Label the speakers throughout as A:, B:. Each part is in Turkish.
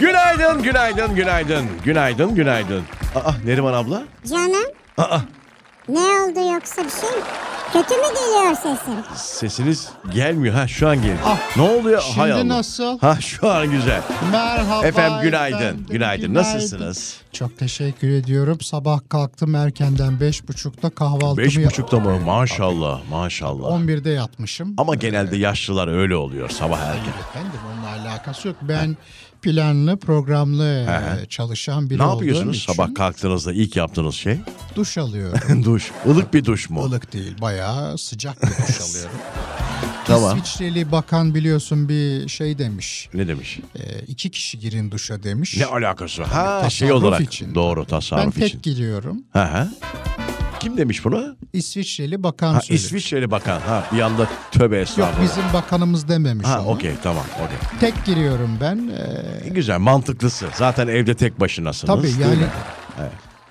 A: Günaydın, günaydın, günaydın, günaydın, günaydın. Aa Neriman abla?
B: Canım
A: Aa
B: ne oldu yoksa bir şey mi? Kötü mü geliyor sesim?
A: sesiniz gelmiyor. Ha şu an geliyor.
C: Ah,
A: ne oluyor?
C: şimdi
A: Hay Allah.
C: nasıl?
A: Ha şu an güzel.
C: Merhaba.
A: Efendim günaydın,
C: efendim,
A: günaydın. Nasılsınız?
C: Çok teşekkür ediyorum. Sabah kalktım erkenden beş buçukta kahvaltımı
A: Beş
C: yap-
A: buçukta mı? Maşallah, maşallah.
C: 11'de yatmışım.
A: Ama genelde yaşlılar öyle oluyor sabah erken.
C: Efendim onunla alakası yok. Ben planlı, programlı e, çalışan biri
A: Ne
C: olduğum
A: yapıyorsunuz
C: için
A: sabah kalktığınızda ilk yaptığınız şey?
C: duş alıyorum.
A: duş. Ilık bir duş mu?
C: Ilık değil, bayağı sıcak bir duş alıyorum.
A: Tamam.
C: İsviçreli bakan biliyorsun bir şey demiş.
A: Ne demiş?
C: E, iki kişi girin duşa demiş.
A: Ne alakası var? Ha
C: Tasarruf
A: şey olarak.
C: için.
A: Doğru
C: ben
A: tasarruf
C: tek
A: için.
C: gidiyorum.
A: Hı hı. Kim demiş bunu?
C: İsviçreli bakan
A: Ha,
C: söylemiş.
A: İsviçreli bakan. Ha bir anda tövbe
C: Yok
A: estağfurullah.
C: bizim şey bakanımız dememiş
A: Ha
C: onu.
A: okey tamam okey.
C: Tek giriyorum ben. Ee,
A: E, Güzel mantıklısı. Zaten evde tek başınasınız.
C: tabii
A: değil
C: yani
A: mi?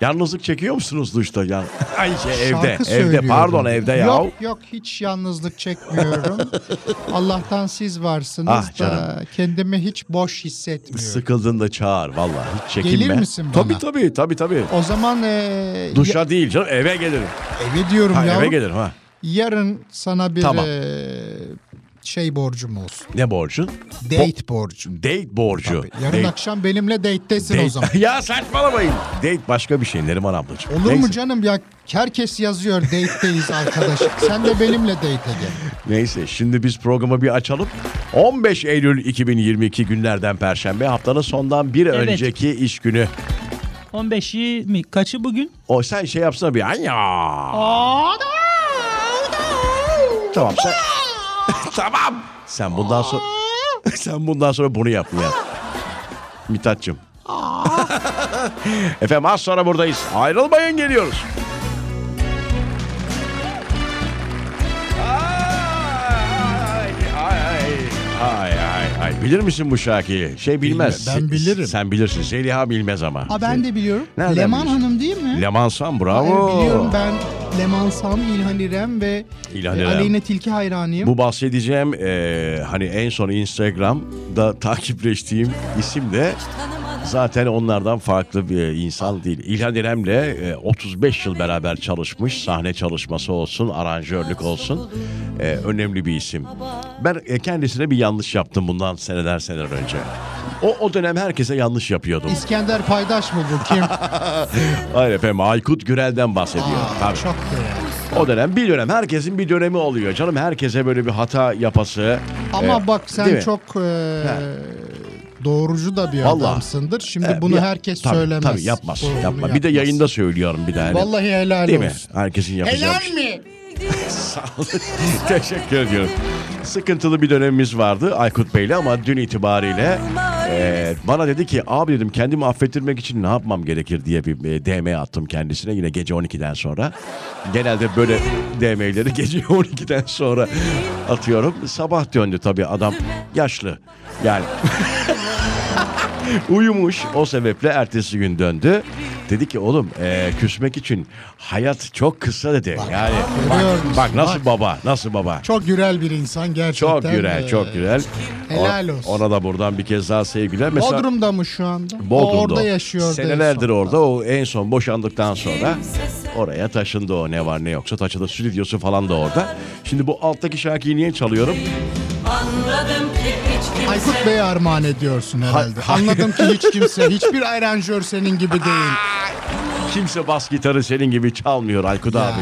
A: Yalnızlık çekiyor musunuz duşta? Ya? Ay şey,
C: şarkı
A: evde. Evde
C: söylüyorum.
A: pardon evde ya.
C: Yok yok hiç yalnızlık çekmiyorum. Allah'tan siz varsınız
A: Ah,
C: da
A: canım.
C: kendimi hiç boş hissetmiyorum.
A: Sıkıldığında çağır vallahi hiç çekinme.
C: Gelir misin bana?
A: Tabii tabii tabii tabii.
C: O zaman ee,
A: Duşa
C: ya-
A: değil canım eve gelirim.
C: eve diyorum
A: Ha,
C: ya.
A: eve gelirim ha.
C: Yarın sana bir
A: Tamam.
C: ee, şey borcum olsun.
A: Ne borcun?
C: Date borcum.
A: Date borcu.
C: Yarın
A: Date-
C: akşam benimle date'tesin
A: date-
C: o zaman.
A: ya saçmalamayın. Date başka bir şey Neriman ablacığım.
C: Olur
A: Neyse.
C: mu canım ya? Herkes yazıyor date'teyiz arkadaş. Sen de benimle date'e gel.
A: Neyse şimdi biz programı bir açalım. 15 Eylül 2022 günlerden Perşembe haftanın sondan bir
D: Evet.
A: önceki iş günü.
D: 15'i mi? Kaçı bugün?
A: O sen şey yapsana bir anya. Tamam sen. tamam. Sen bundan sonra sen bundan sonra bunu yap ya. Mithatçım. Efendim az sonra buradayız. Ayrılmayın geliyoruz. Ay ay ay ay ay. Bilir misin bu şarkıyı? Şey bilmez.
C: Bilmem, ben bilirim.
A: Sen bilirsin. Zeliha bilmez ama.
C: Ha ben de biliyorum.
A: Şey- Nereden
C: Leman
A: biliyorsun?
C: Hanım değil mi?
A: Lemansan
C: Hayır,
A: bravo.
C: biliyorum ben Leman Sam, İlhan İrem ve
A: İlhan
C: e,
A: İrem.
C: Aleyna Tilki hayranıyım.
A: Bu bahsedeceğim eee, hani en son Instagram'da takipleştiğim isim de zaten onlardan farklı bir insan değil. İlhan İrem'le eee, 35 yıl beraber çalışmış. Sahne çalışması olsun, aranjörlük olsun. Eee, önemli bir isim. Ben e, kendisine bir yanlış yaptım bundan seneler seneler önce. O, o dönem herkese yanlış yapıyordum.
C: İskender Paydaş mı bu kim?
A: Hayır efendim Aykut Gürel'den bahsediyor. Tabii.
C: Çok değerli.
A: O dönem bir dönem herkesin bir dönemi oluyor. Canım herkese böyle bir hata yapası.
C: Ama
A: e,
C: bak sen
A: değil mi?
C: çok e, doğrucu da bir
A: Vallahi.
C: adamsındır. Şimdi
A: E,
C: bunu
A: ya-
C: herkes
A: tabii,
C: söylemez.
A: Tabii yapmaz.
C: Bunu
A: yapma. Bir de
C: yapmaz.
A: yayında söylüyorum bir hani. tane.
C: Vallahi helal
A: Değil mi?
C: olsun.
A: Herkesin yapacağı bir
C: Helal
A: şey.
C: mi?
A: Sağ olun. Teşekkür ediyorum. Sıkıntılı bir dönemimiz vardı Aykut Bey'le ama dün itibariyle e, bana dedi ki abi dedim kendimi affettirmek için ne yapmam gerekir diye bir e, DM attım kendisine yine gece 12'den sonra. Genelde böyle DM'leri gece 12'den sonra atıyorum. Sabah döndü tabii adam yaşlı yani uyumuş o sebeple ertesi gün döndü. Dedi ki oğlum e, küsmek için hayat çok kısa dedi. Yani
C: görüyor musun?
A: bak, bak nasıl baba nasıl baba.
C: Çok gürel bir insan gerçekten.
A: Çok güzel,
C: E,
A: çok güzel.
C: helal
A: O-
C: olsun.
A: Ona da buradan bir kez daha sevgiler. Mesela
C: Bodrum'da mı şu anda?
A: Bodrum'da
C: O Orada
A: o.
C: yaşıyor. en
A: Senelerdir
C: son.
A: orada. O en son boşandıktan sonra oraya taşındı o ne var ne yoksa taşıdı. Stüdyosu falan da orada. Şimdi bu alttaki şarkıyı niye çalıyorum?
E: Anladım ki hiç kimse
C: Aykut Bey'e armağan ediyorsun herhalde. Anladım ki hiç kimse, hiçbir aranjör senin gibi değil.
A: Kimse bas gitarı senin gibi çalmıyor Aykut abi.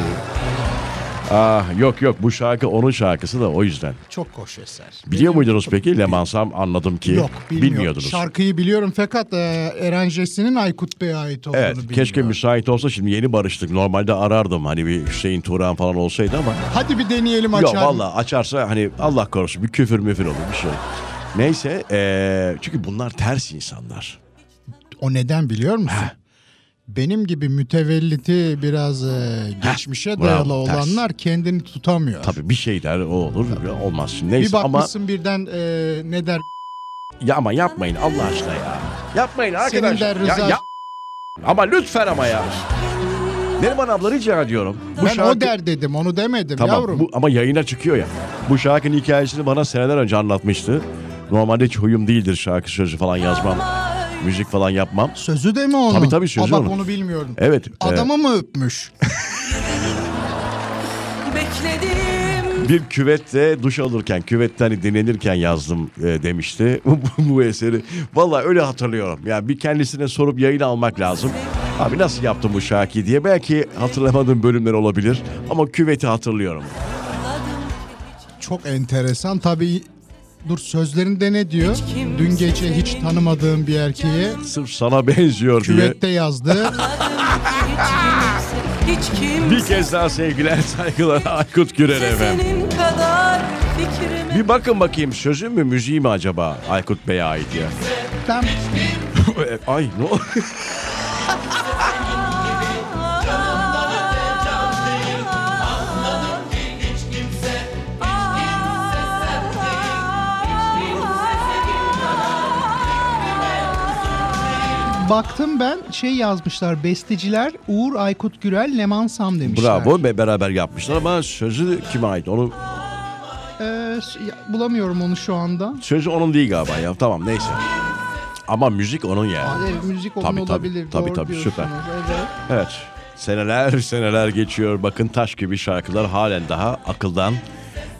A: Ah yok yok bu şarkı onun şarkısı da o yüzden.
C: Çok hoş eser.
A: Biliyor muydunuz peki Lemansam anladım ki
C: Yok, bilmiyorum.
A: bilmiyordunuz.
C: Şarkıyı biliyorum fakat e, Erencesi'nin Aykut Bey'e ait olduğunu
A: Evet
C: bilmiyorum.
A: keşke müsait olsa şimdi yeni barıştık. Normalde arardım hani bir Hüseyin Turan falan olsaydı ama.
C: Hadi bir deneyelim
A: Yok
C: açar.
A: valla açarsa hani Allah korusun bir küfür müfür olur bir şey olur. Neyse eee, çünkü bunlar ters insanlar.
C: O neden biliyor musun? Benim gibi mütevelliti biraz e, geçmişe
A: bravo,
C: dayalı
A: ters.
C: olanlar kendini tutamıyor.
A: Tabii bir şey der o olur olmaz. Şimdi
C: Bir
A: neyse ama
C: bakmışsın birden e, ne der?
A: ya ama yapmayın Allah aşkına ya. Yapmayın arkadaş.
C: der Rıza-
A: Ya, ya- ama lütfen ama ya. Neriman abla rica ediyorum. Bu
C: ben
A: şarkı-
C: o der dedim onu demedim
A: Tamam
C: yavrum.
A: bu, ama yayına çıkıyor ya. Bu şarkının hikayesini bana seneler önce anlatmıştı. Normalde hiç huyum değildir şarkı sözü falan yazmam. Müzik falan yapmam.
C: Sözü de mi onun?
A: Tabii, tabii, sözü
C: Aa,
A: onun.
C: Bak onu bilmiyorum.
A: Evet. e,
C: Adamı mı öpmüş?
E: Bekledim
A: Bir küvette duş alırken, küvette hani dinlenirken yazdım e, demişti bu, bu eseri. Valla öyle hatırlıyorum. Yani bir kendisine sorup yayın almak lazım. Abi nasıl yaptım bu şarkıyı diye. Belki hatırlamadığım bölümler olabilir ama küveti hatırlıyorum.
C: Çok enteresan. Tabii dur sözlerinde ne diyor?
E: kimse
C: Dün gece hiç
E: beni
C: tanımadığım bir erkeğe
A: Sırf sana benziyor diye.
C: küvette yazdı.
E: hiç kimse
A: Bir kez daha sevgiler, saygılar Aykut Gürer efendim.
E: senin kadar fikrime
A: Bir bakın bakayım sözü mü müziği mi acaba Aykut Bey'e ait ya? E,
C: Tam
A: Ay ne oldu?
F: Baktım ben şey yazmışlar besteciler Uğur Aykut Gürel Leman Sam demişler.
A: Bravo be beraber yapmışlar ama sözü kime ait? Onu
F: Ee, s- ya, bulamıyorum onu şu anda.
A: Sözü onun değil galiba ya. Tamam neyse. Ama müzik onun yani.
F: Aa, evet, Ee, müzik onun
A: Tabii, tabii.
F: olabilir.
A: Tabii,
F: Doğru
A: tabii,
F: diyorsunuz.
A: süper.
F: Evet.
A: Evet. Seneler seneler geçiyor. Bakın taş gibi şarkılar halen daha akıldan,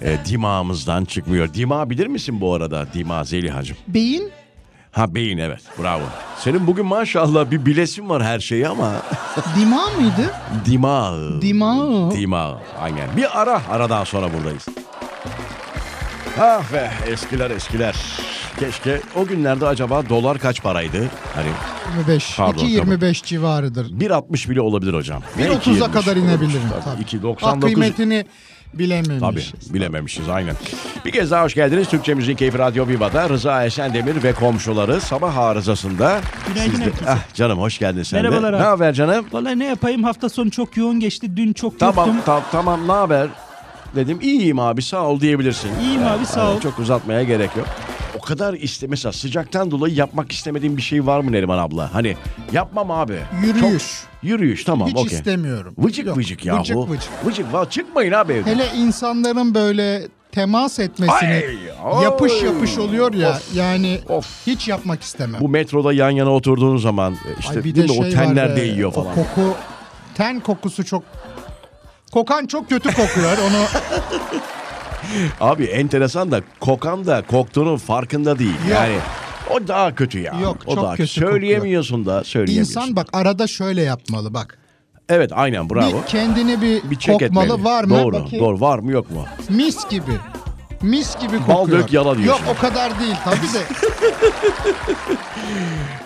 A: e, dimağımızdan çıkmıyor. Dima bilir misin bu arada? Dima Zeliha'cığım.
F: Beyin
A: Ha beyin evet. Bravo. Senin bugün maşallah bir bilesin var her şeyi ama
F: dima mıydı?
A: dimağı.
F: Dima.
A: Dima. Aynen. Bir ara. Aradan sonra buradayız. Ah be eskiler eskiler. Keşke o günlerde acaba dolar kaç paraydı? Hani
C: 25.
A: Pardon,
C: 2.25 civarıdır.
A: 1.60'a bile olabilir hocam. Ne
C: 1.30'a
A: 2.70?
C: kadar inebilirim. Tabii. şey.
A: Tabii.
C: Bak
A: 2.99.
C: kıymetini bilememişiz.
A: Tabii bilememişiz aynen. Bir kez daha hoş geldiniz. Türkçe Müziğin Keyfi Radyo Viva'da Rıza Esendemir ve komşuları sabah arızasında.
D: Günaydın
A: sizde-
D: herkese.
A: Ah, canım hoş geldin sen
D: Merhabalar
A: de.
D: abi.
A: Ne haber canım?
D: Vallahi ne yapayım hafta sonu çok yoğun geçti. Dün çok
A: Tamam
D: yoktum.
A: tam, tamam ne haber? Dedim iyiyim abi sağ ol diyebilirsin.
D: İyiyim abi, sağ
A: aynen,
D: ol.
A: Çok uzatmaya gerek yok. O kadar iste mesela sıcaktan dolayı yapmak istemediğin bir şey var mı Neriman abla? Hani yapmam abi.
C: Yürüyüş.
A: Çok- yürüyüş tamam
C: Hiç
A: okey.
C: istemiyorum.
A: Vıcık
C: Yok,
A: vıcık yahu.
C: Vıcık vıcık.
A: Vıcık va- çıkmayın abi evden.
C: Hele insanların böyle temas etmesini
A: Ay, ay.
C: yapış yapış oluyor ya.
A: Of,
C: yani
A: of.
C: hiç yapmak istemem.
A: Bu metroda yan yana oturduğun zaman e, işte
C: Ay,
A: değil mi o
C: şey
A: tenler
C: var be,
A: değiyor
C: o
A: falan.
C: koku, ten kokusu çok Kokan çok kötü kokuyor. Onu
A: Abi enteresan da kokan da koktuğunun farkında değil. Yani o daha kötü ya.
C: Yok,
A: o
C: çok
A: daha
C: kötü
A: söyleyemiyorsun da söyleyemiyorsun.
C: insan bak arada şöyle yapmalı bak.
A: Evet aynen bravo.
C: Bir kendini bir,
A: Bir çek
C: kokmalı
A: etmeli.
C: var mı?
A: Doğru,
C: Bakayım.
A: doğru. Var mı yok mu?
C: Mis gibi. Mis gibi
A: Bal
C: kokuyor.
A: dök yala diyorsun.
C: Yok o kadar değil tabii de.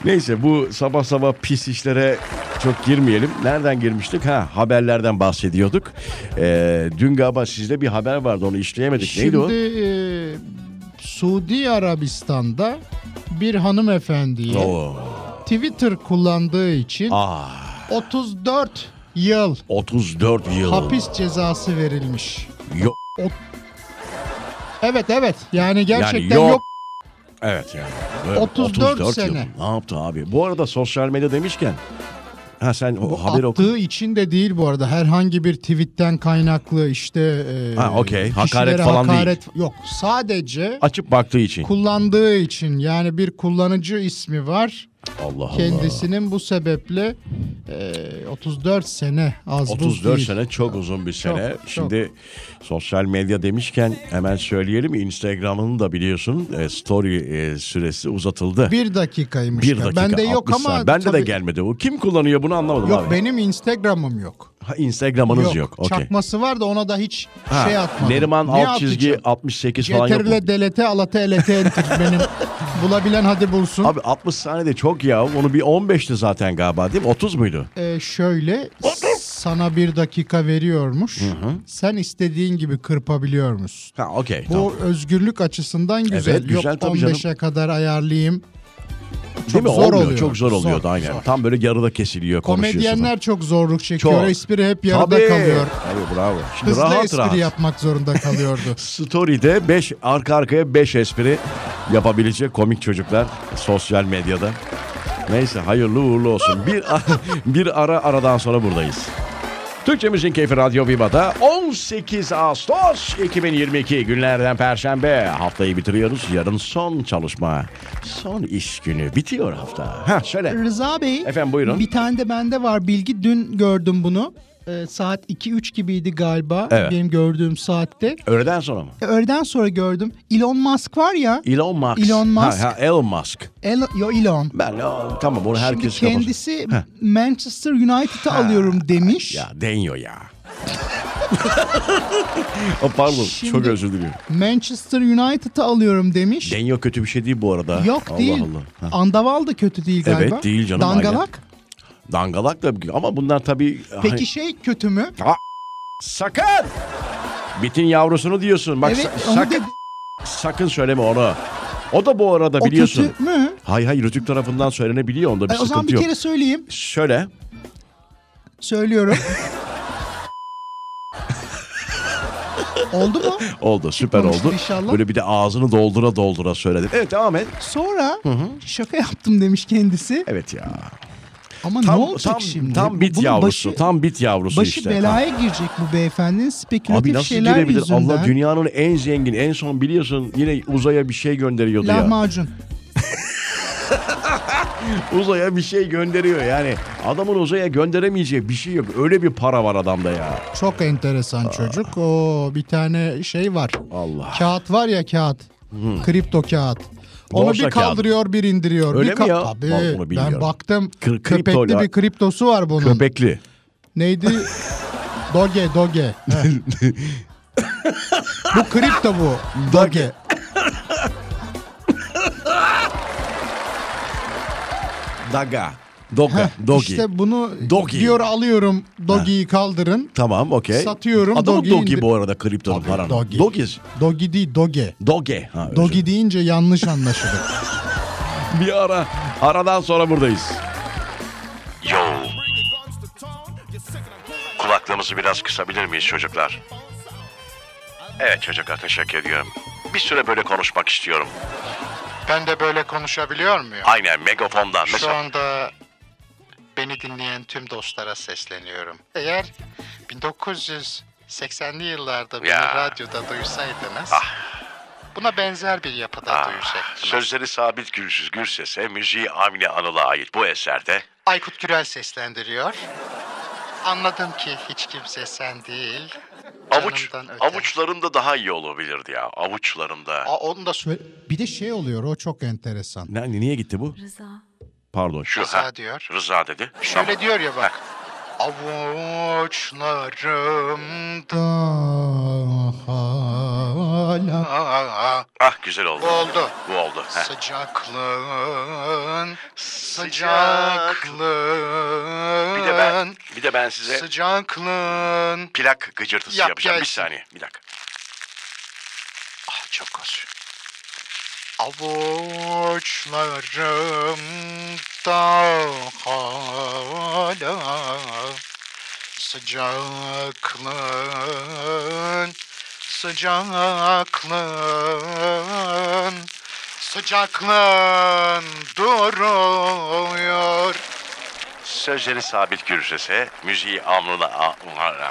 A: Neyse bu sabah sabah pis işlere çok girmeyelim. Nereden girmiştik? Ha haberlerden bahsediyorduk. Ee, dün galiba sizde bir haber vardı onu işleyemedik. Neydi o?
C: Şimdi e, Suudi Arabistan'da bir hanımefendiye
A: Oo.
C: Twitter kullandığı için
A: Aa,
C: 34 yıl
A: 34 yıl.
C: hapis cezası verilmiş.
A: Yok.
C: Evet evet yani gerçekten
A: yok.
C: yok.
A: Evet yani. Böyle
C: 34
A: yıl.
C: sene.
A: Ne yaptı abi? Bu arada sosyal medya demişken. Ha sen o haber
C: Attığı
A: oku.
C: için de değil bu arada herhangi bir tweetten kaynaklı işte e,
A: Ha, okey. Hakaret
C: kişilere
A: falan değil.
C: hakaret- Yok sadece
A: Açıp baktığı için.
C: kullandığı için yani bir kullanıcı ismi var.
A: Allah Allah.
C: Kendisinin bu sebeple e, 34 sene az buz
A: 34
C: değil.
A: sene çok uzun bir sene.
C: çok.
A: Şimdi sosyal medya demişken hemen söyleyelim. Instagram'ın da biliyorsun e, story e, süresi uzatıldı.
C: Bir dakikaymış.
A: Bir
C: da.
A: dakika
C: Bende yok
A: 60
C: ama
A: saniye. Bende de
C: tabii-
A: gelmedi bu. Kim kullanıyor bunu anlamadım
C: Yok
A: abi.
C: benim Instagram'ım yok.
A: Ha, Instagram'ınız yok. Okey.
C: Çakması var da ona da hiç
A: Ha,
C: şey atmadım.
A: Neriman
C: Ne
A: alt çizgi
C: atacağım?
A: 68 falan yok mu?
C: Ctrl'e delete alata elete enter benim. Bulabilen hadi bulsun.
A: Abi 60 saniyede çok ya. Onu bir 15'ti zaten galiba değil mi? 30 muydu?
C: Ee, şöyle sana bir dakika veriyormuş. Sen istediğin gibi kırpabiliyormuş.
A: Ha okey.
C: Bu
A: tamam.
C: özgürlük açısından güzel.
A: Evet, güzel
C: Yok
A: tabii canım.
C: 15'e kadar ayarlayayım. Çok
A: Değil mi?
C: zor
A: Olmuyor,
C: oluyor.
A: Çok zor oluyordu
C: Zor,
A: aynen.
C: zor.
A: Tam böyle yarıda kesiliyor konuşuyorsun.
C: Komedyenler çok zorluk çekiyor.
A: Çok.
C: Espri hep yarıda
A: Tabii.
C: kalıyor.
A: Tabii bravo. Şimdi
C: Hızlı
A: rahat
C: espri
A: rahat.
C: yapmak zorunda kalıyordu.
A: Story'de 5 arka arkaya 5 espri yapabilecek komik çocuklar sosyal medyada. Neyse hayırlı uğurlu olsun. Bir bir ara aradan sonra buradayız. Türkçe Müzik Keyfi Radyo Viva'da 18 Ağustos 2022 günlerden Perşembe haftayı bitiriyoruz. Yarın son çalışma, son iş günü bitiyor hafta. Ha şöyle.
F: Rıza Bey.
A: Efendim, buyurun.
F: Bir tane de bende var bilgi. Dün gördüm bunu. Ee, saat 2-3 gibiydi galiba.
A: Evet.
F: Benim gördüğüm saatte.
A: Öğleden sonra mı?
F: E, Öğleden sonra gördüm. Elon Musk var ya.
A: Elon Musk.
F: Elon Musk.
A: Ha, ha, Elon Musk.
F: Elon, yo Elon.
A: Ben o- tamam onu herkes
F: Şimdi
A: kendisi...
F: kendisi Manchester United'ı alıyorum demiş.
A: Ya deniyor ya. O pardon
F: Şimdi-
A: çok özür diliyorum.
F: Manchester United'ı alıyorum demiş.
A: Deniyor kötü bir şey değil bu arada.
F: Yok
A: Allah
F: değil.
A: Allah. Ha.
F: Andaval da kötü değil
A: Evet,
F: galiba.
A: değil canım,
F: Dangalak.
A: Dangalak da ama bunlar tabii...
F: Peki
A: hani-
F: şey kötü mü?
A: Sakın! Bitin yavrusunu diyorsun. Bak
F: evet
A: sa-
F: onu
A: sakın,
F: dedi.
A: sakın söyleme onu. O da bu arada
F: O
A: biliyorsun.
F: kötü mü?
A: Hay hay Rütük tarafından söylenebiliyor onda bir
F: E, o zaman
A: sıkıntı
F: bir
A: yok.
F: kere söyleyeyim.
A: Şöyle.
F: Söylüyorum. Oldu mu?
A: Oldu süper
F: Konuştun
A: oldu.
F: inşallah.
A: Böyle bir de ağzını doldura doldura söyledin. Evet devam et.
F: Sonra şaka yaptım demiş kendisi.
A: Evet ya.
F: Ama
A: Tam,
F: ne olacak
A: tam,
F: şimdi?
A: tam bit
F: Bunun
A: yavrusu.
F: Başı,
A: tam bit yavrusu
F: başı
A: işte. Ha.
F: belaya girecek bu beyefendinin spekülatif
A: Abi nasıl
F: şeyler
A: girebilir?
F: yüzünden.
A: Allah dünyanın en zengin, en son biliyorsun yine uzaya bir şey gönderiyordu ya.
F: Lahmacun.
A: Uzaya bir şey gönderiyor yani. Adamın uzaya gönderemeyeceği bir şey yok. Öyle bir para var adamda ya.
C: Çok enteresan çocuk. O bir tane şey var.
A: Ah. Allah.
C: Kağıt var ya kağıt. Kripto kağıt. Onu
A: Borsa
C: bir kaldırıyor bir indiriyor.
A: Öyle
C: bir
A: mi ya?
C: Tabii.
A: Vallahi onu bilmiyorum.
C: ben baktım
A: Kri- kripto
C: köpekli
A: la-
C: bir kriptosu var bunun.
A: Köpekli.
C: Neydi? doge doge. Heh. bu kripto bu. Doge.
A: Daga. Doga. Dogi.
C: İşte bunu
A: Doge.
C: diyor alıyorum dogiyi kaldırın.
A: Tamam okey.
C: Satıyorum,
A: Adamın
C: dogi
A: dogi,
C: indir-
A: bu arada kriptonun paranın.
C: dogi.
A: Dogiz.
C: Dogi değil doge.
A: Doge. Ha, özür
C: Dogi deyince yanlış anlaşılır.
A: Bir ara. Aradan sonra buradayız. Kulaklığımızı biraz kısabilir miyiz çocuklar? Evet çocuklar teşekkür ediyorum. Bir süre böyle konuşmak istiyorum.
G: Ben de böyle konuşabiliyor muyum?
A: Aynen megafondan.
G: Şu anda beni dinleyen tüm dostlara sesleniyorum. Eğer 1980'li yıllarda beni
A: Ya. Ah.
G: radyoda duysaydınız, buna benzer bir yapıda duysaydınız.
A: Sözleri Sabit Gülsüz Gürses'e, müziği Amine Anıl'a ait bu eserde
G: Aykut Gürel seslendiriyor. Anladım ki hiç kimse sen değil.
A: avuç,
G: canımdan öte.
A: avuçlarında daha iyi olabilirdi ya. Avuçlarında.
G: Aa, onu da söyle.
C: Şöyle- bir de şey oluyor o çok enteresan.
A: Ne, niye gitti bu? Rıza. Pardon. Şu, ha,
G: Rıza diyor.
A: Rıza dedi.
G: Şöyle
A: Tamam.
G: diyor ya bak. Avuçlarımda
C: Daha hala
A: Ah güzel oldu.
G: oldu.
A: Bu oldu. Heh.
G: Sıcaklığın,
A: Bir de ben
G: sıcaklığın,
A: bir de ben size
G: sıcaklığın.
A: plak gıcırtısı
G: Yap,
A: yapacağım. Bir
G: gelsin.
A: saniye. Bir dakika.
G: Ah çok hoş. Avuçlarımda hala sıcaklığın, sıcaklığın, sıcaklığın duruyor.
A: Sözleri sabit Gürses'e, müziği Amrun'a... A- Amrun'a.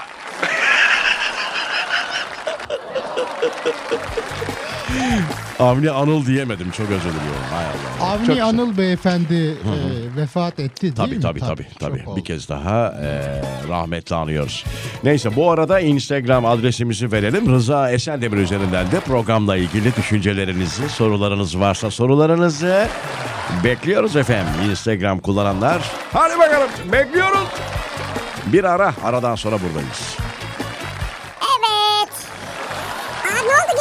A: Avni Anıl diyemedim. Çok özür diliyorum. Hay Allah.
C: Avni Anıl beyefendi e, vefat etti değil
A: Tabii
C: mi?
A: tabii tabii. tabii.
C: Çok oldu.
A: Bir kez daha e, rahmetli anıyoruz. Neyse bu arada Instagram adresimizi verelim. Rıza Esendemir üzerinden de programla ilgili düşüncelerinizi, sorularınız varsa sorularınızı bekliyoruz efendim. Instagram kullananlar. Hadi bakalım bekliyoruz. Bir ara aradan sonra buradayız.
B: Evet. Aa ne oldu gene?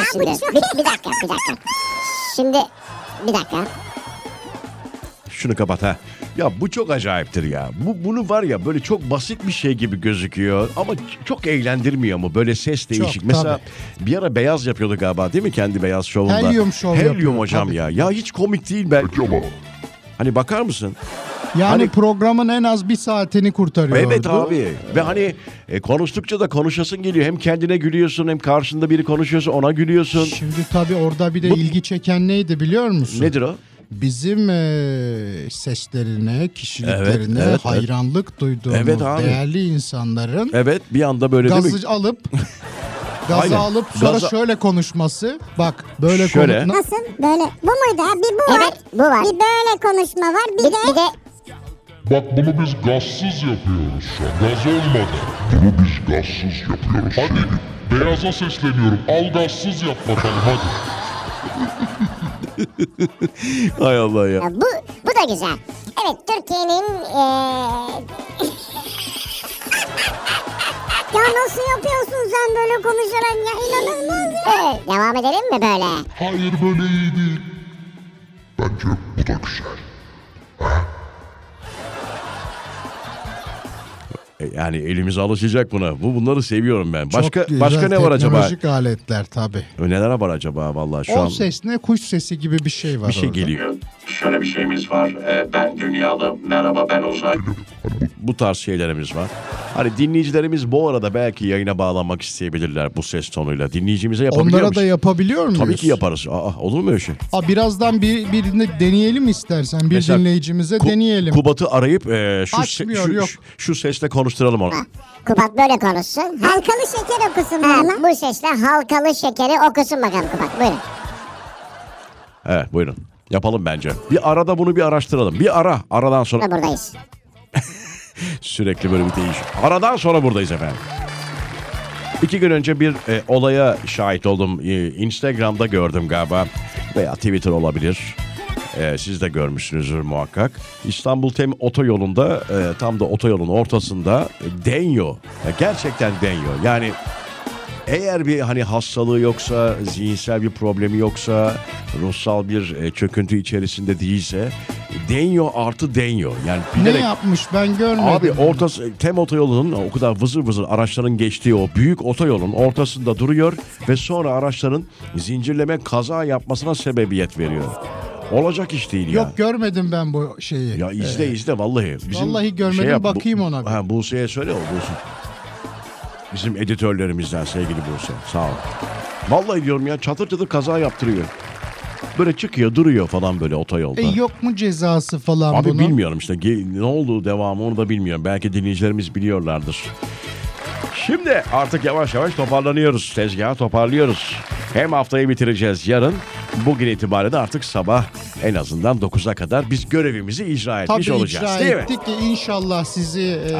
H: Dur şimdi. Bir, bir dakika, bir dakika. Şimdi bir dakika.
A: Şunu kapat ha. Ya bu çok acayiptir ya. Bu bunu var ya böyle çok basit bir şey gibi gözüküyor ama ç- çok eğlendirmiyor mu böyle ses değişik. Mesela bir ara beyaz yapıyordu galiba değil mi kendi beyaz şovunda?
C: Helyum şov
A: Helyum
C: yapıyor,
A: hocam
C: tabii.
A: ya. Ya hiç komik değil belki. Hani bakar mısın?
C: Yani
A: Hani-
C: programın en az bir saatini kurtarıyordu.
A: Evet abi. Ve hani e, konuştukça da konuşasın geliyor. Hem kendine gülüyorsun hem karşında biri konuşuyorsa ona gülüyorsun.
C: Şimdi tabii orada bir de
A: Bu-
C: ilgi çeken neydi biliyor musun?
A: Nedir o?
C: bizim eee, seslerine, kişiliklerine
A: Evet, evet, evet.
C: hayranlık duyduğumuz
A: Evet abi.
C: değerli insanların
A: Evet bir anda böyle değil mi?
C: gazı alıp gazı
A: Aynen.
C: alıp sonra
A: Gaza-
C: şöyle konuşması. Bak böyle
A: Şöyle.
C: konu-
B: Nasıl? Böyle. Bu muydu ha? Bir bu var.
H: Evet bu var.
B: Bir böyle konuşma var. Bir,
H: Bir,
B: de...
H: bir de
I: Bak bunu biz gazsız yapıyoruz şu an. Gaz olmadı. Bunu biz gazsız yapıyoruz. Hadi beyaza sesleniyorum. Al gazsız yap bakalım hadi.
A: Hay Allah ya.
H: Ya bu bu da güzel. Evet Türkiye'nin e, eee,
B: Ya nasıl yapıyorsun sen böyle konuşarak ya? İnanılmaz ya.
H: evet, devam edelim mi böyle?
I: Hayır böyle iyi değil. Bence bu da güzel.
A: E, Yani elimiz alışacak buna. Bu bunları seviyorum ben. Başka
C: Çok güzel
A: başka ne var acaba?
C: Teknolojik aletler tabii.
A: Neler var acaba vallahi şu
C: o
A: an?
C: ses ne? Kuş sesi gibi bir şey var
A: Bir şey
C: orada.
A: geliyor.
J: Şöyle bir şeyimiz var. Ee, ben dünyalı, merhaba ben uzay.
A: Bu tarz şeylerimiz var. Hani dinleyicilerimiz bu arada belki yayına bağlanmak isteyebilirler bu ses tonuyla. Dinleyicimize yapabiliyor
C: Onlara da
A: musun?
C: yapabiliyor muyuz?
A: Tabii ki yaparız. Aa, olur mu öyle şey?
C: Aa, birazdan bir, birini deneyelim istersen. Bir
A: Mesela
C: dinleyicimize
A: Ku-
C: deneyelim.
A: Kubat'ı arayıp e, şu, se-
C: Açmıyor,
A: şu,
C: yok.
A: şu- şu sesle konuşturalım onu.
H: Kubat böyle konuşsun. Ha,
B: Halkalı şeker okusun
H: ha,
B: bana.
H: bu sesle halkalı şekeri okusun bakalım Kubat buyurun.
A: Evet buyurun. Yapalım bence. Bir arada bunu bir araştıralım. Bir ara. Aradan sonra
H: Da buradayız.
A: sürekli böyle bir değiş. Aradan sonra buradayız efendim. İki gün önce bir e, olaya şahit oldum. E, Instagram'da gördüm galiba. Veya Twitter olabilir. E, siz de görmüşsünüzdür muhakkak. İstanbul Tem otoyolunda e, tam da otoyolun ortasında e, denyo. Ya gerçekten denyo. Yani eğer bir hani hastalığı yoksa, zihinsel bir problemi yoksa, ruhsal bir e, çöküntü içerisinde değilse denyo artı denyo. Yani
C: ne
A: bilerek
C: yapmış ben görmedim.
A: Abi ortası tem otoyolunun o kadar vızır vızır araçların geçtiği o büyük otoyolun ortasında duruyor ve sonra araçların zincirleme kaza yapmasına sebebiyet veriyor. Olacak iş değil ya.
C: Yok görmedim ben bu şeyi.
A: Ya izle izle vallahi. Bizim şey
C: Vallahi görmedim,
A: Bu-
C: bakayım ona bir.
A: Ha, Buse'ye söyle o Buse. Bizim editörlerimizden sevgili Buse. Sağ ol. Vallahi diyorum ya çatır çatır kaza yaptırıyor. Böyle çıkıyor duruyor falan böyle otoyolda.
C: E, yok mu cezası falan
A: Abi
C: bunun?
A: bilmiyorum işte Ge- ne oldu devamı onu da bilmiyorum. Belki dinleyicilerimiz biliyorlardır. Şimdi artık yavaş yavaş toparlanıyoruz. Tezgahı toparlıyoruz. Hem haftayı bitireceğiz yarın. Bugün itibariyle de artık sabah en azından 9'a kadar biz görevimizi icra
C: Tabii
A: etmiş
C: icra
A: olacağız. değil mi? Ah.
C: ettik ki inşallah sizi e,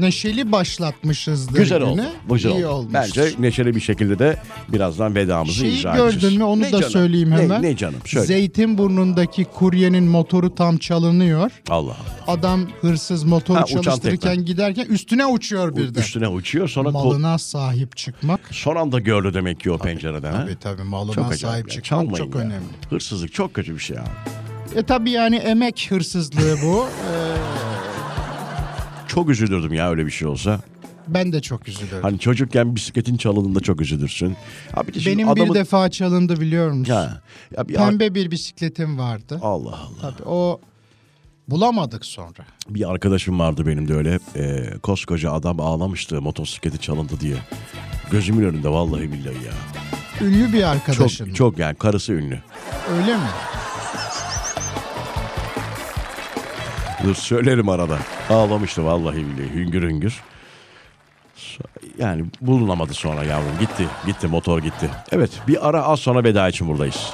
C: neşeli başlatmışızdır
A: Güzel
C: güne.
A: oldu. Güzel
C: İyi
A: oldu.
C: olmuş.
A: Bence neşeli bir şekilde de birazdan vedamızı
C: Şeyi
A: icra edeceğiz.
C: gördün mü onu
A: Ne
C: da
A: canım?
C: söyleyeyim
A: Ne-
C: hemen.
A: Ne, canım? Söyle.
C: Zeytinburnu'ndaki kuryenin motoru tam çalınıyor.
A: Allah Allah.
C: Adam hırsız motoru
A: Ha, uçan tekne.
C: çalıştırırken giderken üstüne uçuyor birden.
A: Üstüne uçuyor sonra kol-
C: Malına sahip çıkmak. E,
A: son anda gördü demek ki o pencereden. ha?
C: Tabii tabii malına
A: Çok acayip.
C: sahip
A: ya.
C: çıkmak
A: Çalmayın
C: çok
A: ya.
C: önemli.
A: Hırsızlık çok kötü bir şey abi.
C: E tabii yani emek hırsızlığı bu. Ee,
A: Çok üzülürdüm ya öyle bir şey olsa.
C: ben de çok üzülürüm.
A: Hani çocukken bisikletin çalındığında çok üzülürsün. Abi de şimdi
C: Benim
A: adamın...
C: bir defa çalındı biliyor musun?
A: Ya, ya Ah. bir
C: Pembe bir bisikletim vardı.
A: Allah Allah.
C: Tabii o bulamadık sonra.
A: Bir arkadaşım vardı benim de öyle. Ee, koskoca adam ağlamıştı motosikleti çalındı diye. Gözümün önünde vallahi billahi ya.
C: Ünlü bir
A: Çok
C: arkadaşın.
A: çok yani karısı ünlü.
C: Öyle mi?
A: Dur söylerim arada. Ağlamıştı vallahi billahi hüngür hüngür. So- Yani bulunamadı sonra yavrum gitti. Gitti motor gitti. Evet bir ara az sonra veda için buradayız.